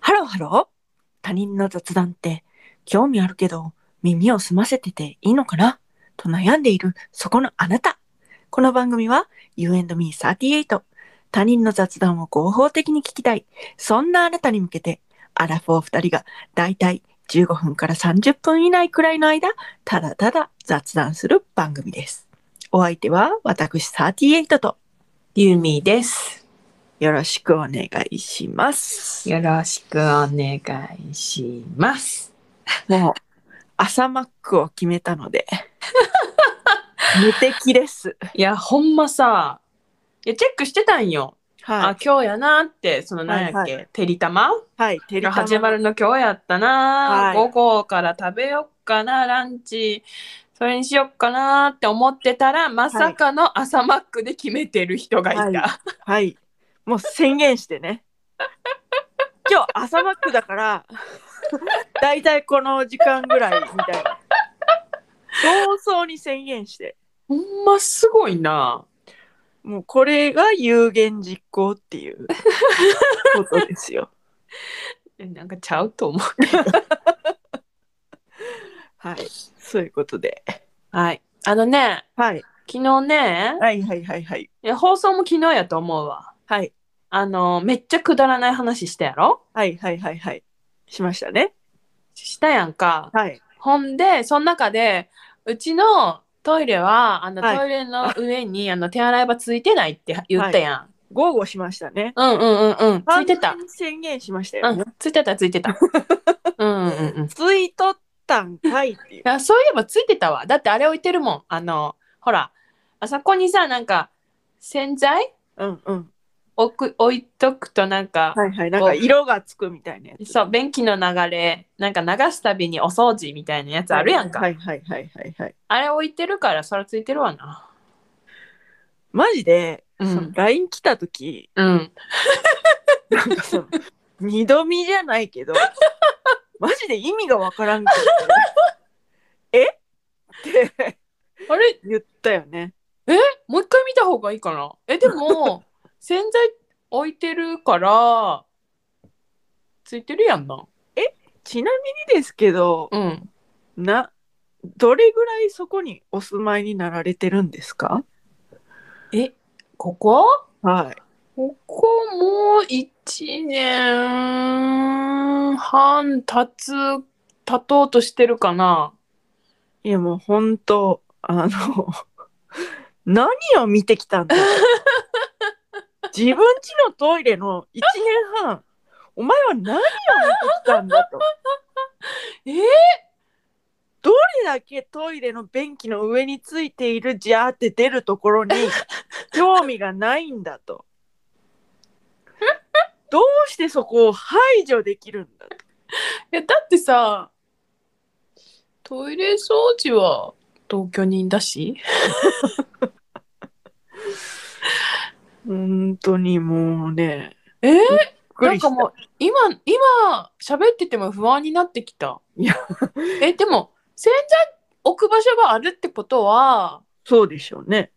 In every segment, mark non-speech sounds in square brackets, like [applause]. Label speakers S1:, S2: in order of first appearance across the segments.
S1: ハロー他人の雑談って興味あるけど耳を澄ませてていいのかなと悩んでいるそこのあなたこの番組は You and me38 他人の雑談を合法的に聞きたいそんなあなたに向けてアラフォー二人がだいたい15分から30分以内くらいの間ただただ雑談する番組ですお相手は私38と
S2: ゆみです。
S1: よろしくお願いします
S2: よろしくお願いします。
S1: もう朝マックを決めた
S2: [laughs]
S1: ので無敵です。
S2: いや、ほんまさ、いや、チェックしてたんよ。
S1: は
S2: あ、今日やなって、そのなんやっけ、
S1: はい
S2: てりたま
S1: い。はい。テレ
S2: が始まるの今日やったな、
S1: はい
S2: 午後から食べよっかな、ランチ。それにしよっかなって思ってたら、まさかの朝マックで決めてる人がいた。
S1: はいはい。もう宣言して
S2: [laughs]
S1: ね。今日朝マックだから、 [laughs] だいたいこの時間ぐらいみたいな。早々に宣言して、
S2: ほんますごいな。
S1: もうこれが有言実行って
S2: [laughs]
S1: いうことですよ。
S2: えなんかちゃうと思う。
S1: はい。そういうことで。
S2: はい。あのね、
S1: はい。
S2: 昨日ね、
S1: はいはいはいはい。
S2: いや放送も昨日やと思うわ。
S1: はい。
S2: あのめっちゃくだらない話したやろ
S1: はいはいはいはい。しましたね。
S2: したやんか。
S1: はい。
S2: ほんでその中でうちのトイレはあの、
S1: はい
S2: トイレの上にあの手洗い場ついてないって言ったやん。
S1: 豪語しましたね。
S2: うんうんうんうん。ついてた
S1: 完。全に宣言しました
S2: う
S1: よね。
S2: ん、ついてたついて
S1: [laughs]
S2: た。うんうんうん。い
S1: ついとったんかい
S2: [laughs]
S1: っていう。
S2: やそういえばついてたわ。だってあれ置いてるもん。あのほらあそこにさなんか洗剤
S1: うんうん。
S2: 置く置いとくとなんか、
S1: はいはい。なんか色がつくみたいなやつ。
S2: そう便器の流れなんか流すたびにお掃除みたいなやつあるやんか、
S1: はいはいはいはいはい。
S2: あれ置いてるからそれついてるわな
S1: マジで、
S2: うん
S1: その LINE 来た時、
S2: うん
S1: なんか
S2: [laughs]
S1: その、二度見じゃないけど、マジで意味がわからんけ
S2: [laughs]
S1: ど、えって
S2: あれ
S1: 言ったよね。
S2: もう一回見た方がいいかなえで [laughs] も洗剤置いてるからついてるやんな
S1: ちなみにですけど、
S2: うん
S1: な、どれぐらいそこにお住まいになられてるんですか
S2: えここ
S1: はい。
S2: ここもう1年半経つ経とうとしてるかない
S1: やもう本当あの [laughs] 何を見てきたん
S2: [laughs]
S1: だ自分家のトイレの1年半お前は何を見てきたんだと
S2: [laughs] え
S1: どれだけトイレの便器の上についているジャーって出るところに興味がないんだとどうしてそこを排除できるんだと
S2: いやだってさトイレ掃除は同居人だし
S1: 本当にもうね
S2: えー
S1: びっくりした
S2: なんかもう今今喋ってても不安になってきた
S1: いや
S2: えでも洗剤置く場所があるってことは
S1: そうでしょうね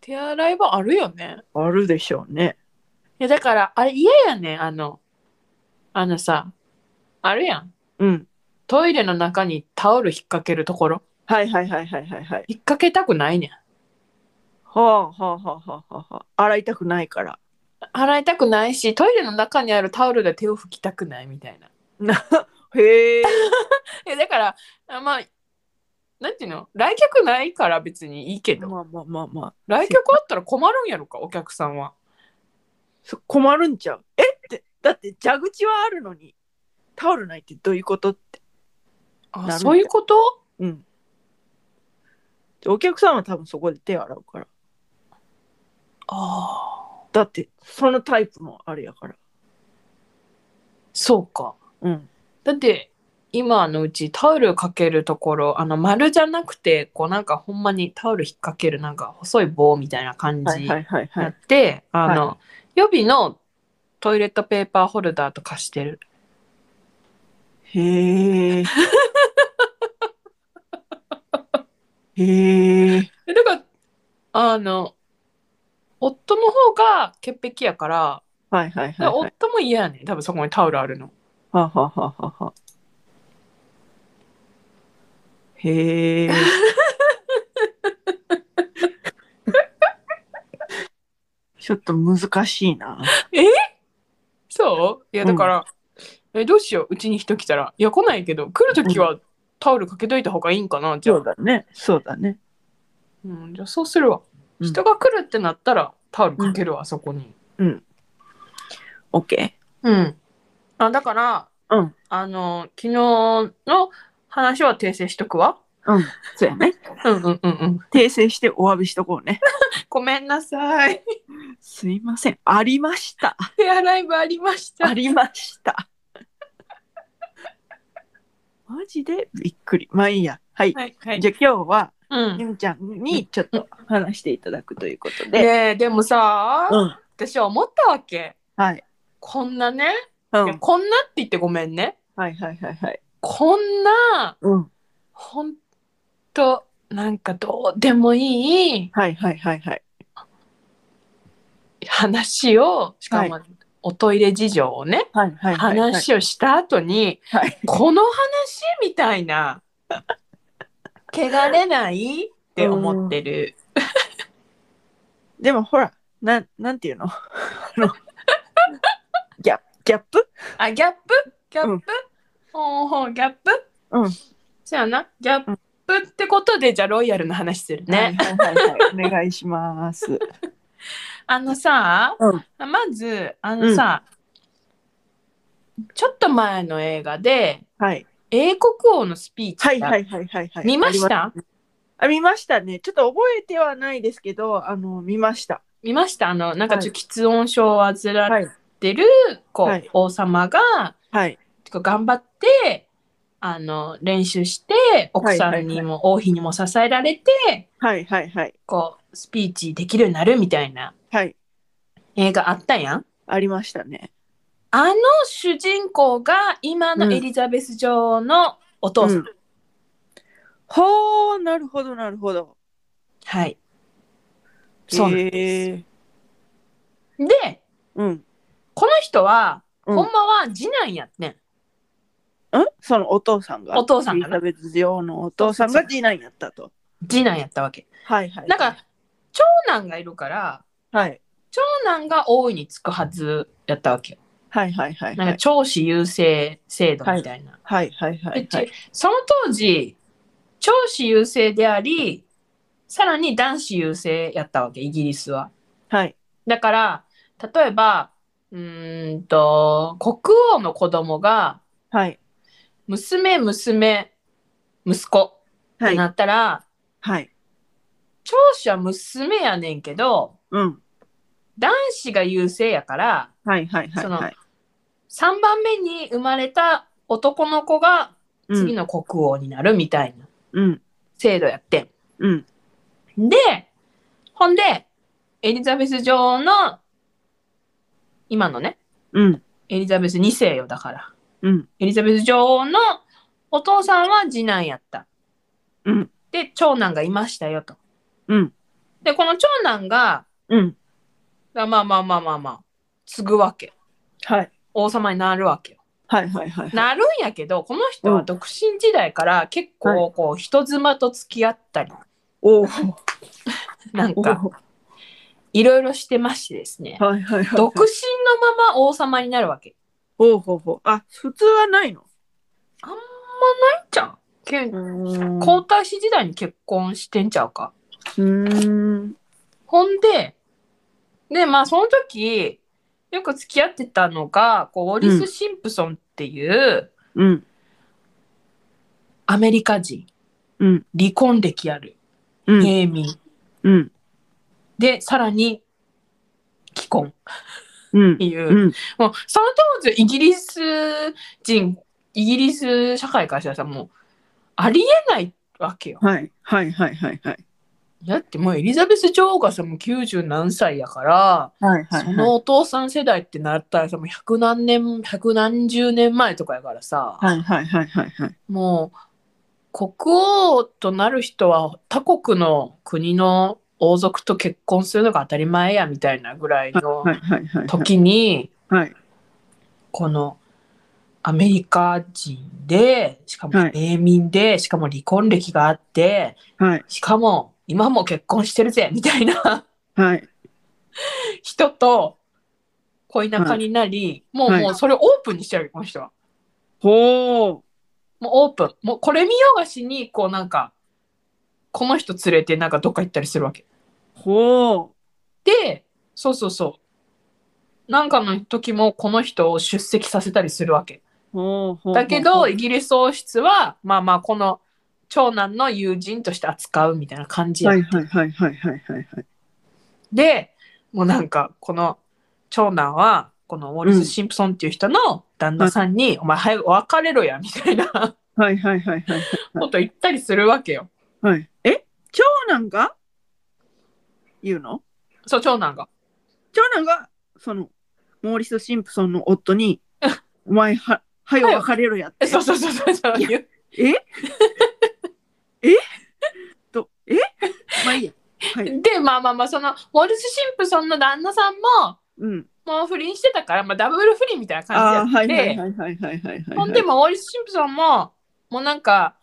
S2: 手洗い場あるよね
S1: あるでしょうね
S2: いやだからあれ嫌やねんあのあのさあるやん
S1: うん
S2: トイレの中にタオル引っ掛けるところ
S1: はいはいはいはいはいはい。
S2: 引っ掛けたくないねん
S1: はあはあはあはあはあ。洗いたくないから。 [laughs]
S2: 洗いたくないしトイレの中にあるタオルで手を拭きたくないみたいな
S1: なへえ。
S2: いやだからあまあなんていうの来客ないから別にいいけど
S1: まあまあまあまあ。
S2: 来客あったら困るんやろかお客さんは
S1: そ困るんちゃう。えってだって蛇口はあるのにタオルないってどういうことって。なるん
S2: あ
S1: だ
S2: そういうこと
S1: うん。お客さんは多分そこで手洗うから。
S2: ああ
S1: だってそのタイプのあれやから。
S2: そうか
S1: うん。
S2: だって今のうちタオルかけるところあの丸じゃなくてこうなんかほんまにタオル引っ掛けるなんか細い棒みたいな感
S1: はい
S2: じ
S1: はいはいは
S2: やっ
S1: い。
S2: て、あの、予備のトイレットペーパーホルダーとかしてる
S1: へえ。 [laughs] へえ。
S2: えだからあの夫の方が潔癖やから
S1: はいはいはい、
S2: だから
S1: はい。
S2: 夫も嫌やねん多分そこにタオルあるの
S1: はあ、はあはあはあはあ、へえ。 [laughs] ちょっと難しいな。
S2: そういやだから、えどうしよううちに人来たらいや来ないけど来る時はタオルかけといた方がいいんかなじゃ
S1: そ
S2: あ
S1: うだね。そうだね。
S2: うん、じゃあそうする
S1: う
S2: わ、
S1: ん
S2: 人が来るってなったらタオルかけるわ、そこに
S1: オッケ
S2: うんあだから、
S1: うん
S2: あの昨日の話は訂正しとくわ
S1: ー。うん。そうやね。
S2: うんうんうんうん
S1: 訂正してお詫びしとこうね。
S2: ごめんなさい
S1: すいません。ありました。
S2: ヘアライブありました
S1: ありま [laughs] した。マジでびっくり。まあいいや。はい。
S2: はいはい
S1: じゃあ今日は、
S2: うん
S1: ゆみちゃんにちょっと話していただくということで。
S2: ねえでもさ、
S1: うん。
S2: 私は思ったわけ
S1: はい。
S2: こんなね、
S1: うん。
S2: い
S1: は
S2: や
S1: い
S2: こんなって言ってごめんね
S1: はいはいはい。
S2: こんな
S1: うん。
S2: ほんとなんかどうでもいい
S1: はいはいはいはい。
S2: 話をしかも、おトイレ事情をね
S1: はいはいはいはい。
S2: 話をした後に、
S1: はい。
S2: この話みたい
S1: [laughs]
S2: な汚れないって思ってる、
S1: でもほら、なん、なん
S2: [laughs]
S1: ていうのあのギャップ、ギャップ
S2: あギャップギャップ、
S1: うん
S2: ほうほうギャップ
S1: うん
S2: そやなギャップってことでじゃあロイヤルの話するね、
S1: はいはいはいはい。お願いします。
S2: あのさ、
S1: うん
S2: まずあのさ、ちょっと前の映画で
S1: はい。
S2: 英国王のスピーチが
S1: はいはいはいはいはい。
S2: 見まし
S1: あり
S2: た
S1: あ見ましたね。ちょっと覚えてはないですけど、あの、見ました。
S2: 見ましたあのなんか
S1: はい
S2: ちょっと喫音症を患っ
S1: い。
S2: てる、こう
S1: はい
S2: 王様が
S1: はい。
S2: こう頑張ってあの練習して奥さんにも、王妃にも支えられて
S1: はいはいはい。
S2: こうスピーチできるようになるみたいな
S1: はい。
S2: 映画あったやん。
S1: ありましたね。
S2: あの主人公が今のエリザベス女王のお父さん。
S1: うんほー、なるほどなるほど。
S2: はい。そうなんです。
S1: へー
S2: で、
S1: うん。
S2: この人は、
S1: うん
S2: ほんまは次男やってん。
S1: んそのお父さんが。
S2: お父さんが
S1: エ
S2: な
S1: リザベス女王のお父さんが次男やったと。
S2: 次男やったわけ。
S1: はいはい。
S2: なんか、長男がいるから、
S1: はい。
S2: 長男が王位につくはずやったわけよ。
S1: はいはいはい
S2: なん
S1: は
S2: か、
S1: い。
S2: 長子優勢制度みたいな。
S1: はいはいはいは
S2: う
S1: い。
S2: ちその当時、長子優勢であり、さらに男子優勢やったわけ、イギリスは。
S1: はい。
S2: だから、例えば、うーんと、国王の子供が、
S1: はい。
S2: 娘、娘、息子。っ
S1: は。
S2: てないったら、
S1: はい。
S2: 長子は娘やねんけど
S1: うん。
S2: 男子が優勢やから
S1: はいはいはいはい。
S2: 3番目に生まれた男の子が
S1: うん
S2: 次の国王になるみたいな
S1: うん。
S2: 制度やって
S1: うん。
S2: ん。でほんでエリザベス女王の今のね
S1: うん。
S2: エリザベス2世よだから
S1: うん。
S2: エリザベス女王のお父さんは次男やった。
S1: うん。
S2: で長男がいましたよと。
S1: うん。
S2: でこの長男が
S1: うん。
S2: まあまあまあまあまあ、まあ、継ぐわけ
S1: はい。
S2: 王様になるわけよ。
S1: はいはいはい。
S2: なるんやけどこの人は独身時代から結構こう人妻と付き合ったり
S1: おー
S2: なん
S1: [laughs] お
S2: か
S1: ー。
S2: いろいろしてましてですね
S1: はいはいはい。
S2: 独身のまま王様になるわけ。
S1: ほうほうほう。あ、普通はないの。
S2: じゃんけん
S1: うん
S2: 皇太子時代に結婚してんちゃうか。
S1: うーん。
S2: ほんででまあその時よく付き合ってたのがこうウォリ
S1: う
S2: ス・
S1: ん
S2: シンプソンっていう
S1: うん。
S2: アメリカ人
S1: うん。
S2: 離婚歴ある
S1: うん。
S2: 平民
S1: うん。
S2: でさらに既婚っ
S1: うん
S2: て。いう。
S1: うん。
S2: もうその当時イギリス人イギリス社会からしたらさもうありえないわけよ。
S1: はいはいはいはいはい。
S2: だってもうエリザベス女王がさもう90何歳やから、
S1: はいはい
S2: そ
S1: は
S2: のお父さん世代ってなったらさもう100何年100何十年前とかやからさ、
S1: い。はいはいはいはいはい。
S2: もう国王となる人は他国の国の王族と結婚するのが当たり前やみたいなぐらいの
S1: はいはいはいはい。
S2: 時に、
S1: はい。
S2: このアメリカ人で、しかも
S1: はい
S2: 英民で、しかも離婚歴があって、
S1: はい。
S2: しかも今も結婚してるぜみたいな [laughs]
S1: はい。
S2: 人と恋仲になり、もう
S1: はい
S2: もうそれをオープンにしてるこの人は。
S1: ほう。
S2: もうオープン。もうこれ見よがしに、こうなんか、この人連れてなんかどっか行ったりするわけ。
S1: ほ
S2: で、そうそうそう。なんかの時もこの人を出席させたりするわけ。
S1: う。ほう。ほう。
S2: だけど、イギリス王室は、まあまあ、この長男の友人として扱うみたいな感じや。
S1: はいはいはいはいはいはいはい。
S2: で、もうなんか、この長男は、このウォルス・シンプソンっていう人の旦那さんに、お前早く別れろや、みたいな
S1: はいはいはいはいは
S2: こと言ったりするわけよ。
S1: い。はい。え長男が言うの
S2: そう、長男が。
S1: 長男が、その、モーリス・シンプソンの夫 [laughs] に、お前は、はよ別れろやっ
S2: え
S1: て。
S2: そうそうそうそうそう言う。
S1: [laughs] ええと、えまあいいや。はい。
S2: で、まあまあまあ、その、ウォルス・シンプソンの旦那さんも、
S1: うん。
S2: もう不倫してたから、まあ、ダブル不倫みたいな
S1: ああ、
S2: 感じ
S1: は
S2: やっ
S1: い
S2: て、
S1: はいはいはいはいはいはい。
S2: ほんで、もウォルス・シンプソンも、もうなんか、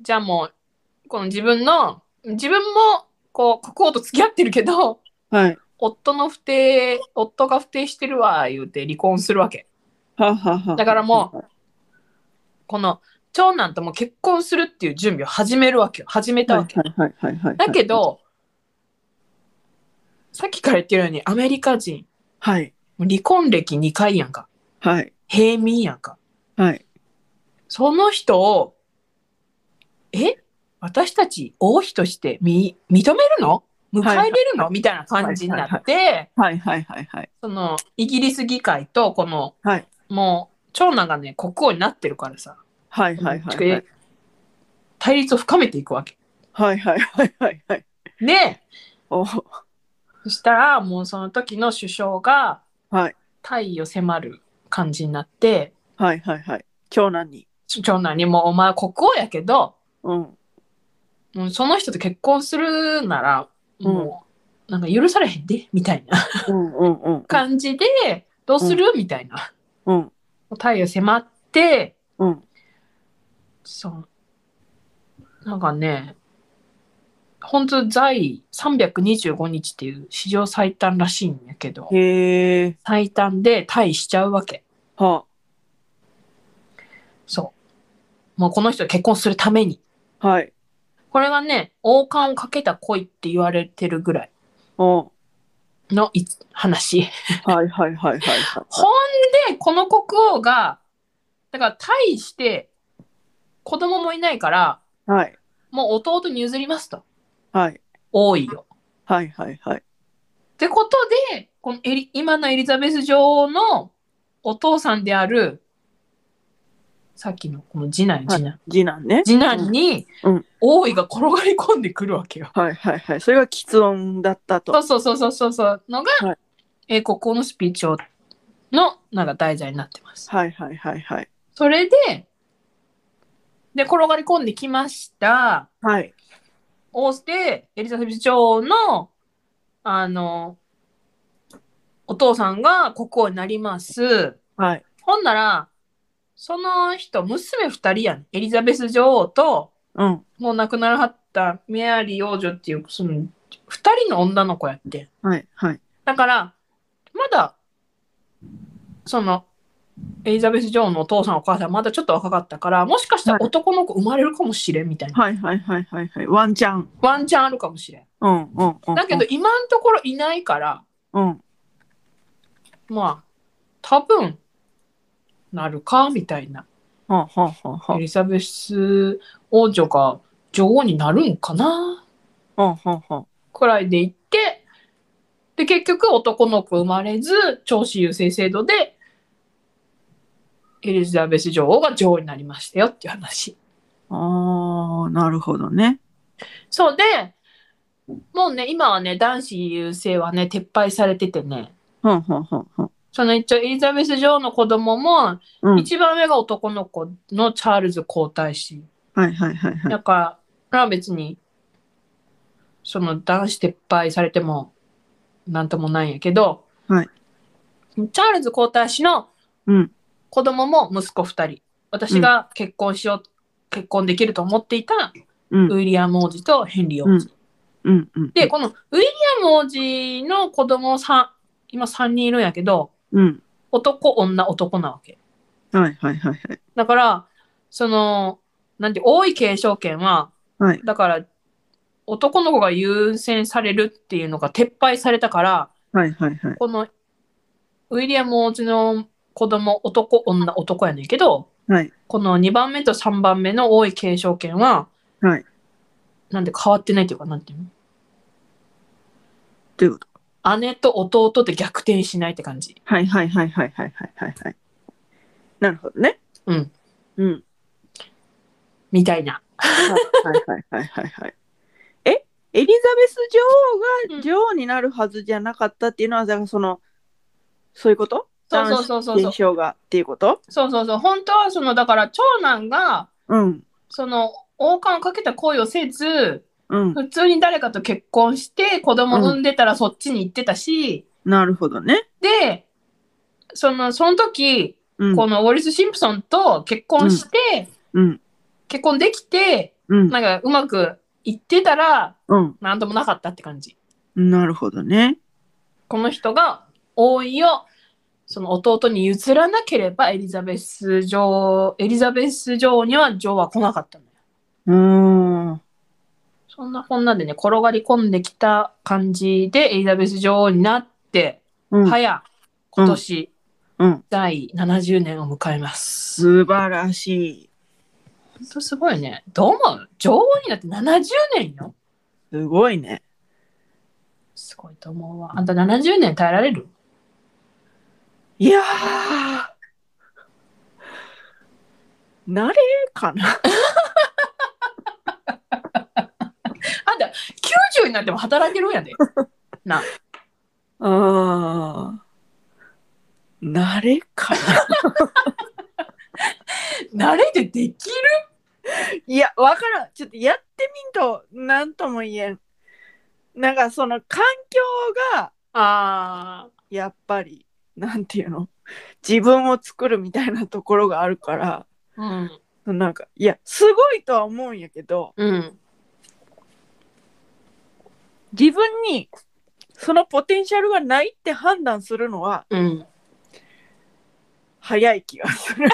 S2: じゃあもう、この自分の、自分も、こう、国王と付き合ってるけど、 [laughs]
S1: はい。
S2: 夫の不定、夫が不定してるわ、言うて離婚するわけ。
S1: はあはあはあ
S2: だからもこの、長男とも結婚するっていう準備を始めるわけよ。始めた
S1: は
S2: わ
S1: い
S2: け。
S1: はいはいはいはい。
S2: だけ、ど、さっきから言ってるように、アメリカ人、
S1: はい
S2: もう離婚歴2回やんか。
S1: はい
S2: 平民やんか。
S1: はい。
S2: その人を、え私たち王妃としてみ認めるの迎えれるの、みたいな感じになって、
S1: はいはいはいはい。
S2: そのイギリス議会とこの、
S1: はい
S2: もう長男がね国王になってるからさ、
S1: はいはいはいはい。
S2: 対立を深めていくわけ。
S1: はいはいはいはいはい。
S2: で
S1: お
S2: そしたらもうその時の首相が
S1: はい
S2: 退位を迫る感じになって
S1: はいはいはい。長男に。
S2: 長男にもうお前は国王やけど
S1: うん。
S2: もうその人と結婚するならもうなんか許されへんでみたいな
S1: うんうんうん。
S2: 感じでどうする、みたいな
S1: うん
S2: 退位を迫って
S1: うん。
S2: そうなんかね本当在位325日っていう史上最短らしいんやけど
S1: へえ。
S2: 最短で退位しちゃうわけ
S1: は
S2: そうもうこの人と結婚するために
S1: あ。はい。
S2: これがね王冠をかけた恋って言われてるぐらい
S1: おん。
S2: のい話
S1: はいはいはいはいはい。
S2: ほんでこの国王がだから退位して子供もいないから
S1: はい
S2: もう弟に譲りますと
S1: はい
S2: 王位を
S1: はいはいはい。
S2: ってことで、このエリ今のエリザベス女王のお父さんである、さっきのこの次
S1: は
S2: 男、
S1: い
S2: 次男。
S1: 次男ね。
S2: 次男に
S1: うんうん
S2: 王位が転がり込んでくるわけよ。
S1: はいはいはい。それが喫音だったと。
S2: そうそうそうそうそう。のが、
S1: はい
S2: 英国王のスピーチをのなんか題材になってます。
S1: はいはいはいはい。
S2: それで、で、転がり込んできました。
S1: はい。
S2: をしてエリザベス女王のあのお父さんが国王になります。
S1: はい。
S2: ほんならその人娘2人やんエリザベス女王と
S1: うん。
S2: もう亡くならはったメアリー王女っていうその2人の女の子やって
S1: はいはい。
S2: だからまだそのエリザベス女王のお父さんお母さんまだちょっと若かったからもしかしたら男の子生まれるかもしれんみたいな
S1: はいはいはいはいはい。ワンチャン。
S2: ワンチャンあるかもしれん
S1: うんうんうん。
S2: だけど、今のところいないから
S1: うん。
S2: まあ多分なるかみたいな
S1: はあはあはあ
S2: エ
S1: は
S2: リザベス王女が女王になるんかな
S1: あ。はあはあは
S2: くらいで言ってで結局男の子生まれず長子優勢制度でエリザベス女王が女王になりましたよっていう話。
S1: あ。ああ、なるほどね。
S2: そうでもうね今はね男子優勢はね撤廃されててね
S1: はあはあはあはあ。
S2: その一応エリザベス女王の子供も
S1: うん。
S2: 一番上が男の子のチャールズ皇太子。
S1: はいはいはいはい。
S2: だから、別に、その男子撤廃されても、なんともないんやけど、
S1: はい
S2: チャールズ皇太子の
S1: うん。
S2: 子供も息子2人私が結婚しよう、結婚できると思っていた
S1: うん
S2: ウィリアム王子とヘンリー王子、
S1: うんうんうん
S2: でこのウィリアム王子の子供さん今3人いるんやけど
S1: うん
S2: 男女男なわけ
S1: はいはいはいはい
S2: だからそのなんて王位継承権は
S1: はい
S2: だから男の子が優先されるっていうのが撤廃されたから
S1: はいはいはい
S2: このウィリアム王子の子供男女男やねんけど、
S1: はい
S2: この2番目と3番目の王位継承権は、
S1: はい
S2: なんで変わってないというかなんていう
S1: どういうこ
S2: の姉と弟で逆転しないって感じ。
S1: はいはいはいはいはいはいはいはいなるほどね
S2: うん
S1: うん
S2: みたいな。
S1: はいはいはいはいはい [laughs] えエリザベス女王が女王になるはずじゃなかったっていうのはだからそのそういうこと
S2: そうそうそうそうそう
S1: 現。象がっていうこと
S2: そうそうそう。本当はその、だから長男が、
S1: うん
S2: その、王冠をかけた行為をせず、
S1: うん
S2: 普通に誰かと結婚して子供産んでたらそっちに行ってたし、
S1: なるほどね
S2: で、その、その時、
S1: うん
S2: このウォリス・シンプソンと結婚して、
S1: うん
S2: 結婚できて、
S1: うん
S2: なんかうまくいってたら、
S1: うん
S2: なんともなかったって感じ。
S1: なるほどね
S2: この人が王位を、その弟に譲らなければエリザベス女王、エリザベス女王には女王は来なかったのよ。
S1: うーんは
S2: そんなこんなでね、転がり込んできた感じでエリザベス女王になって、
S1: い
S2: 早、今年、
S1: うん
S2: 第70年を迎えます。
S1: 素晴らしい
S2: ほんとすごいね。どう思う女王になって70年よ。
S1: すごいね
S2: すごいと思うわ。あんた70年耐えられる
S1: いやー慣れかな
S2: あんた90になっても働いてる
S1: [laughs]
S2: んやで。
S1: あー慣れかな
S2: 慣れてできる
S1: [laughs] いやわからんちょっとやってみんと何とも言えんなんかその環境が
S2: あ
S1: やっぱりなんていうの自分を作るみたいなところがあるから
S2: あ。うん。
S1: なんかいやすごいとは思うんやけど
S2: うん。
S1: 自分にそのポテンシャルがないって判断するのは
S2: うん。
S1: 早い気がする。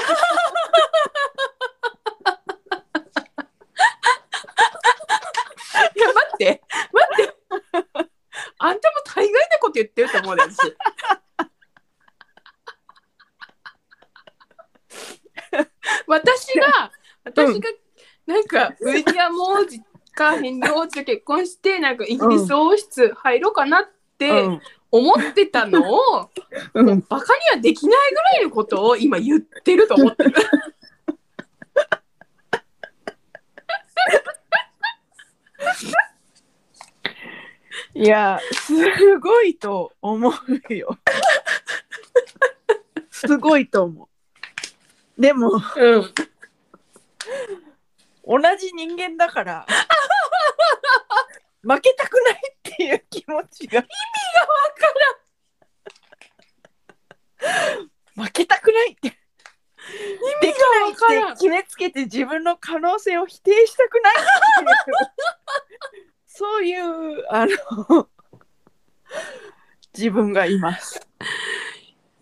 S2: いや、待って。待って。あんたも大概なこと言ってると思うです。私が、私が、なんか、ウィリアム王子かヘンリー王子と結婚して、なんかイギリス王室入ろうかなって、
S1: うん
S2: 思ってたのを、
S1: うん、
S2: バカにはできないぐらいのことを今言ってると思ってる。
S1: いやすごいと思う [laughs] よ。すごいと思う。でも
S2: うん。
S1: 同じ人間だから [laughs] 負けたくないっていう気持ちが意味がわからん負けたくないって意味
S2: わからん
S1: できないって決めつけて自分の可能性を否定したくないっていうそう [laughs] いうあの自分がいます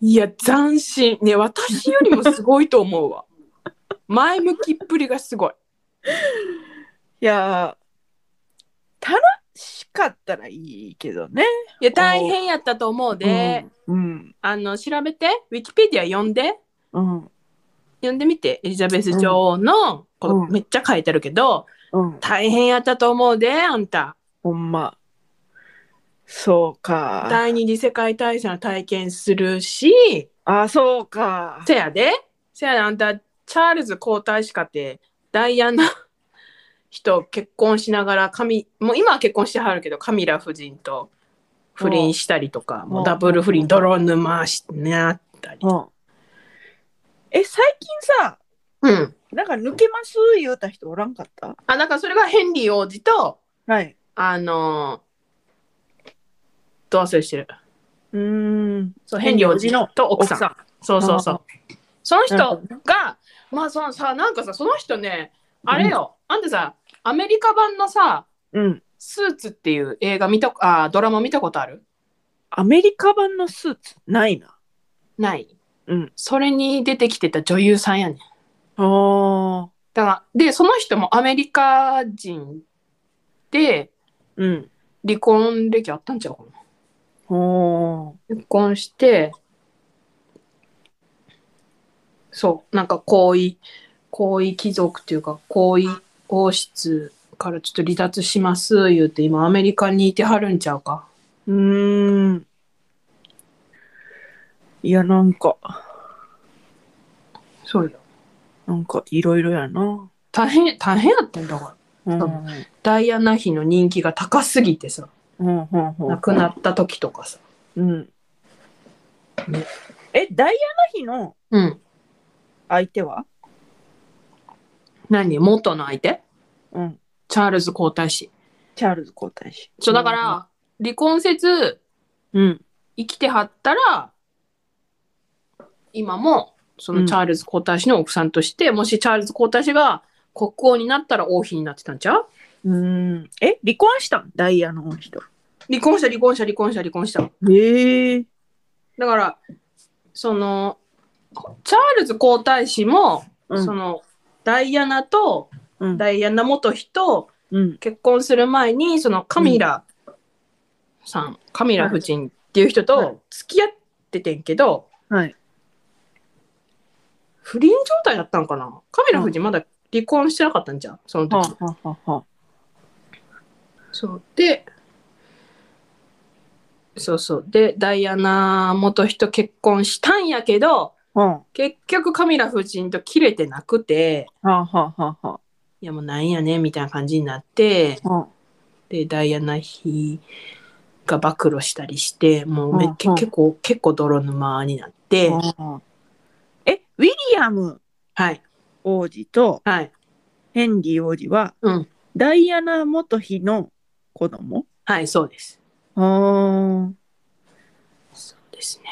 S2: いや、斬新。ね、私よりもすごいと
S1: [laughs]
S2: 思うわ。前向きっぷりがすごい。
S1: いやー楽しかったらいいけどね
S2: いや、大変やったと思うで、
S1: うん
S2: あの、調べて、ウィキペディア読んで、
S1: うん
S2: 読んでみて、エリザベス女王の、この
S1: うん
S2: めっちゃ書いてあるけど、
S1: うん
S2: 大変やったと思うで、あんた。
S1: ほんま。そうか。
S2: 第二次世界大戦を体験するし、
S1: あ、そうか。
S2: せやで。せやで、あんた、チャールズ皇太子家って、ダイアナ人結婚しながら、カミもう今は結婚してはるけど、カミラ夫人と不倫したりとか、
S1: ん
S2: もうダブル不倫、泥沼しなったり。
S1: うん。え、最近さ、
S2: うん。
S1: なんか抜けます言うた人おらんかった
S2: あ、だからそれがヘンリー王子と、
S1: はい。
S2: あのー、どう忘れしてる。
S1: うーん。
S2: そう、ヘンリー王子
S1: ヘンリー王
S2: と奥さん。そうそうそう。その人
S1: なるほどね
S2: が、まあそのさ、なんかさ、その人ね、あれよ、あんたさ、アメリカ版のさ、
S1: うん。
S2: スーツっていう映画見た、あ、ドラマ見たことある
S1: アメリカ版のスーツないな。
S2: ない。
S1: うん。
S2: それに出てきてた女優さんやねん。
S1: ああ。
S2: だから、で、その人もアメリカ人で、
S1: うん。
S2: 離婚歴あったんちゃうかな。
S1: ほ
S2: 結婚して、そう、なんか皇位、皇位貴族っていうか、皇位王室からちょっと離脱します、言うて、今アメリカにいてはるんちゃうか。
S1: う。うーん。いや、なんか、
S2: そうよ。
S1: なんかいろいろやな。
S2: 大変、大変やってんだから。
S1: うん。
S2: そううんダイアナ妃の人気が高すぎてさ、
S1: うんうん
S2: 亡くなった時とかさ。
S1: うん。え、ダイアナ妃の
S2: うん。
S1: 相手は
S2: 何元の相手
S1: うん。
S2: チャールズ皇太子。
S1: チャールズ皇太子。
S2: そう、だから、、離婚せず、
S1: うん。
S2: 生きてはったら今もそのチャールズ皇太子の奥さんとして、もしチャールズ皇太子が国王になったら王妃になってたんちゃう
S1: うん。え、離婚したんダイアナの人。
S2: 離婚した離婚した離婚した離婚した
S1: へえ。
S2: だからそのチャールズ皇太子も、
S1: うん
S2: そのダイアナと
S1: うん。
S2: ダイアナ元妃と
S1: うん。
S2: 結婚する前にそのカミラさん、カミラ夫人っていう人
S1: はい
S2: と付き合っててんけど、
S1: はい。
S2: 不倫状態だったんかなカミラ夫人まだ離婚してなかったんじゃんその時、
S1: はあ、はあはあはあ、
S2: そうでそうそうでダイアナ元妃と結婚したんやけど
S1: は
S2: 結局カミラ夫人と切れてなくて
S1: あ、はあ、はあ、はあ、はい
S2: やもうなんやねんみたいな感じになって
S1: あ、は
S2: でダイアナ妃が暴露したりしてもうめ、
S1: うん
S2: け
S1: うん
S2: 結構結構泥沼になって、
S1: あはあ。え、ウィリアム
S2: はい
S1: 王子と
S2: はい
S1: ヘンリー王子は、
S2: うん
S1: ダイアナ元妃の子供
S2: はいそうです
S1: あ
S2: そうですね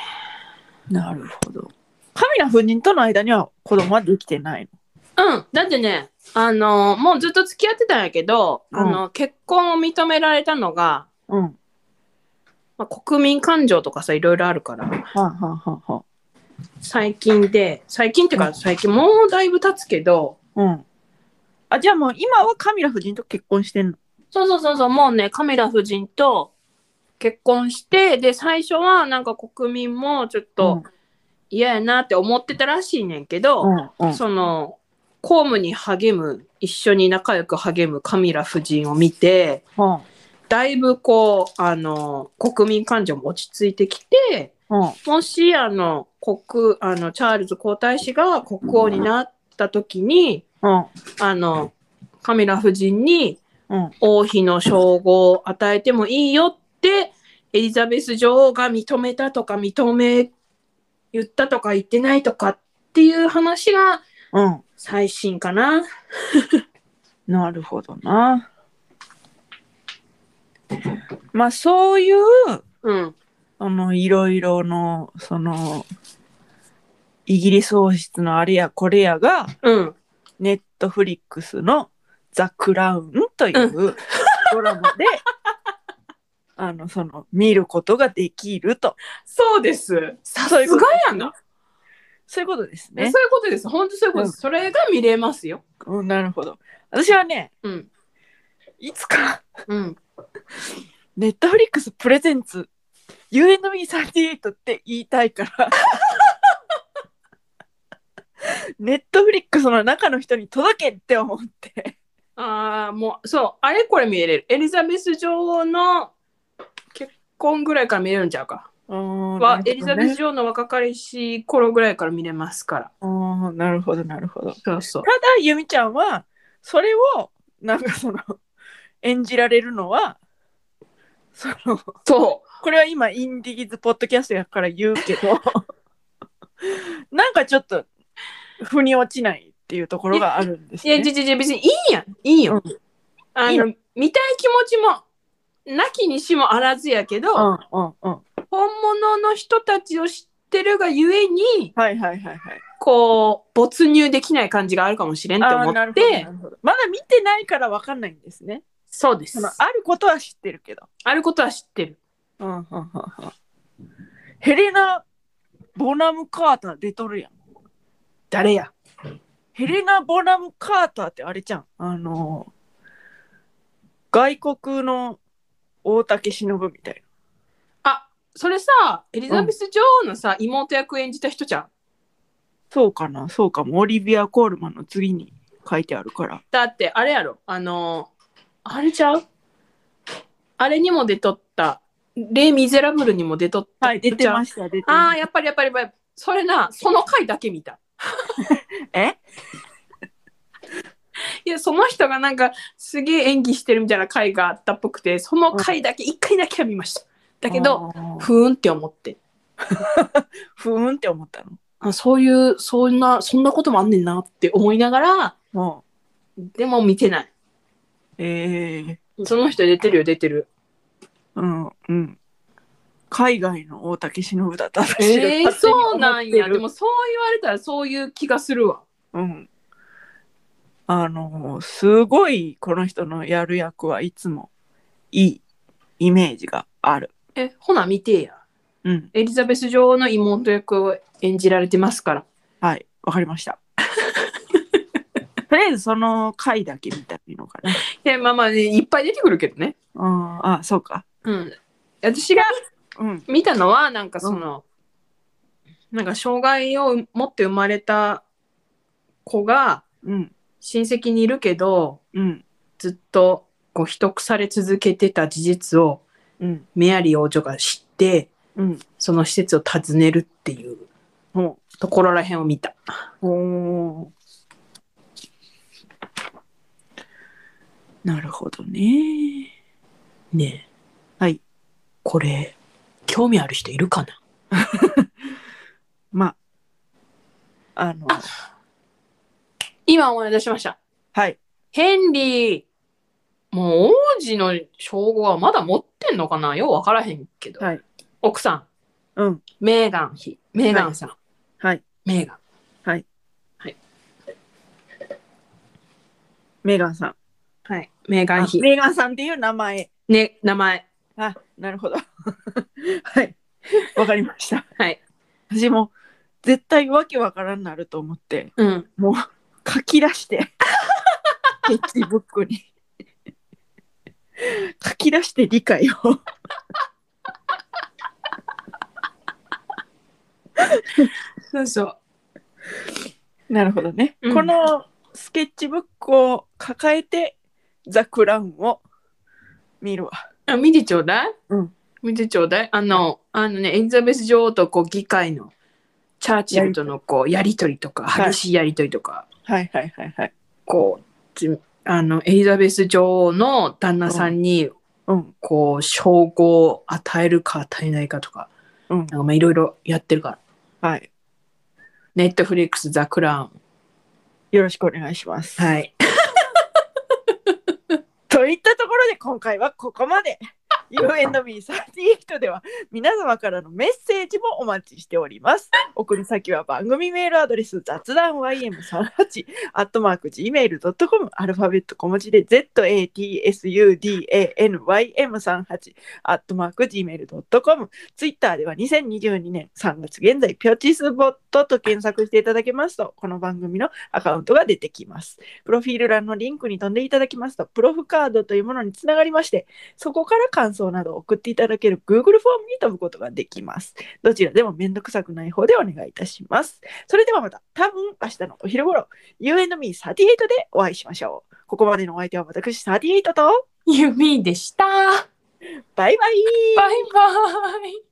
S1: あ、なるほど。カミラ夫人との間には子供はできてない
S2: うん、だってね、あのもうずっと付き合ってたんやけど、
S1: うん
S2: あの結婚を認められたのが、
S1: の。うん。
S2: まあ、国民感情とかさいろいろあるから
S1: はあ、はあ、はあ、は
S2: 最近で最近っていう
S1: う
S2: か
S1: ん
S2: 最近もうだいぶ経つけど
S1: あ。うん。あ、じゃあもう今はカミラ夫人と結婚してんの。
S2: そうそうそうそうもうねカミラ夫人と結婚してで最初はなんか国民もちょっと嫌やなって思ってたらしいねんけど、
S1: うん、うん、うん。
S2: その公務に励む一緒に仲良く励むカミラ夫人を見て、
S1: は
S2: だいぶこうあの国民感情も落ち着いてきて
S1: あ、は
S2: もしあの国あのチャールズ皇太子が国王になった時に
S1: あ、は
S2: あのカミラ夫人に
S1: あ、うん。
S2: 王妃の称号を与えてもいいよってエリザベス女王が認めたとか認め言ったとか言ってないとかっていう話が
S1: うん。
S2: 最新かな。
S1: なるほどな。まあそういう
S2: うん、
S1: あのいろいろのそのイギリス王室のあれやこれやが
S2: うん、
S1: ネットフリックスの「ザ・クラウン」というドラマで、あのその見ることができると
S2: そうです。さす
S1: そう
S2: が
S1: いうこと
S2: やな。
S1: そういうことですね。
S2: そういうことです。本当そういうことです。それが見れますよ。
S1: うん、なるほど私はね
S2: うん。
S1: いつか
S2: うん。
S1: ネットフリックスプレゼンツ U&Me38 って言いたいから。 [laughs] ネットフリックスの中の人に届けって思って。
S2: ああ、もう、そう、あれこれ見れる。エリザベス女王の結婚ぐらいから見れるんちゃうか。
S1: わ
S2: はエリザベス女王の若かりし頃ぐらいから見れますから。
S1: あーなるほど、なるほど。た
S2: そうそう
S1: だ、。ゆみちゃんは、それを、なんかその、 [laughs] 演じられるのは、その、
S2: そ
S1: これは今、インディーズポッドキャストやから言うけ [laughs] ど、なんかちょっと、腑に落ちないっていうところがあるんです
S2: う。い
S1: ね。
S2: や、じじじ、別にいいやん。いいよ。あ
S1: いい
S2: の、見たい気持ちも、なきにしもあらずやけど、
S1: うんうんうん。
S2: 本物の人たちを知ってるがゆえに、
S1: はいはいはいはい。
S2: こう没入できない感じがあるかもしれんと
S1: あ
S2: 思
S1: ーな
S2: っ
S1: るほど
S2: て
S1: なるほどまだ見てないからわかんないんですね。
S2: そうで
S1: そ
S2: す
S1: のあることは知ってるけど。
S2: あることは知ってる
S1: うんうんうんうんヘレナ・ボナム・カーター出とるやん。
S2: 誰や
S1: ヘレナ・ボナム・カーターってあれじゃん。あのー、外国の大竹しのぶみたい
S2: あそれさエリザベス女王のさ、妹役演じた人じゃん
S1: な。そうかな、そうかも。オリビア・コールマンの次に書いてあるから。
S2: だってあれやろあのあれちゃうあれにも出とった「レイ・ミゼラブル」にも出とった
S1: はい、出てま
S2: し
S1: した、出て
S2: あ
S1: ま
S2: あやっぱりやっぱりやっぱりそれなその回だけ見た
S1: した。え
S2: いやその人がなんかすげえ演技してるみたいな回があったっぽくてその回だけ一回だけは見ましただけど、
S1: あー
S2: ふーんって思って
S1: ふーんって思ったの。
S2: あそういうそんなそんなこともあんねんなって思いながら
S1: も、
S2: でも見てないう
S1: ええー。
S2: その人出てるよ出てる
S1: うんうん。海外の大竹しのぶだった私が
S2: え
S1: 勝
S2: ー、
S1: 手に
S2: そ
S1: 思
S2: う
S1: ってる
S2: なんやでもそう言われたらそういう気がするわ
S1: [laughs] うん。あのー、すごいこの人のやる役はいつもいいイメージがある。
S2: えほな見てや
S1: うん。
S2: エリザベス女王の妹役を演じられてますから
S1: はい。わかりました。とりあえずその回だけ見たらいいのかな。
S2: いやまあまあ、ね、いっぱい出てくるけどね
S1: うん。あ、そうか。
S2: うん私が
S1: うん。
S2: 見たのはなんかその、なんか障害を持って生まれた子が
S1: うん。
S2: 親戚にいるけど
S1: うん。
S2: ずっとこう秘匿され続けてた事実を
S1: うん。
S2: メアリー王女が知って
S1: うん。
S2: その施設を訪ねるっていう
S1: ほ
S2: ところらへんを見た
S1: う。ほう。なるほどね。
S2: ねえ
S1: はい
S2: これ興味ある人いるかな
S1: まあ、あの、
S2: 今思い出しました
S1: はい。
S2: ヘンリーもう王子の称号はまだ持ってんのかなよう分からへんけど、
S1: はい
S2: 奥さん
S1: うん。
S2: メーガン妃、メーガンさん、
S1: はい。
S2: メーガン。
S1: メーガンさん。
S2: はい、メーガ
S1: あ
S2: ン妃。
S1: メーガンさんっていう名前。
S2: ね、名前。
S1: あ、なるほど。 [laughs] はい。わかりました。
S2: はい。
S1: 私も、絶対わけわからんなると思って、
S2: うん。
S1: もう、書き出して。エッジブックに。書き出して理解を。
S2: そうそう。
S1: なるほどね。
S2: うん
S1: このスケッチブックを抱えて、ザ・クラウンを見るわ。
S2: あ、見てちょうだい。
S1: うん。
S2: 見てちょうだい。あの、あのね、エリザベス女王とこう議会のチャーチルとのこうやりとりとか、
S1: はい
S2: 激しいやりとりとか、
S1: はいはいはいはい。
S2: こうじ、あの、エリザベス女王の旦那さんに、
S1: うん。
S2: こう、称号を与えるか与えないかとか、
S1: うん。
S2: なんかまあいろいろやってるから。
S1: はい。
S2: ネットフリックス、ザ・クラウン。
S1: よろしくお願いします。
S2: [laughs] はい。
S1: といったところで今回はここまで U&Me38 では皆様からのメッセージもお待ちしております。送り先は番組メールアドレス雑談 ym38 アットマーク gmail.com アルファベット小文字で zatsudanym38 アットマーク gmail.com ツイッターでは2022年3月現在ピョチスボットと検索していただけますとこの番組のアカウントが出てきます。プロフィール欄のリンクに飛んでいただきますと、プロフカードというものにつながりまして、そこから感想などを送っていただける Google フォームに飛ぶことができます。どちらでも面倒くさくない方でお願いいたします。それではまた、多分明日のお昼頃、U&Me38 でお会いしましょう。ここまでのお相手は私38と、
S2: ユミでした。
S1: バイバイ
S2: バイバイ。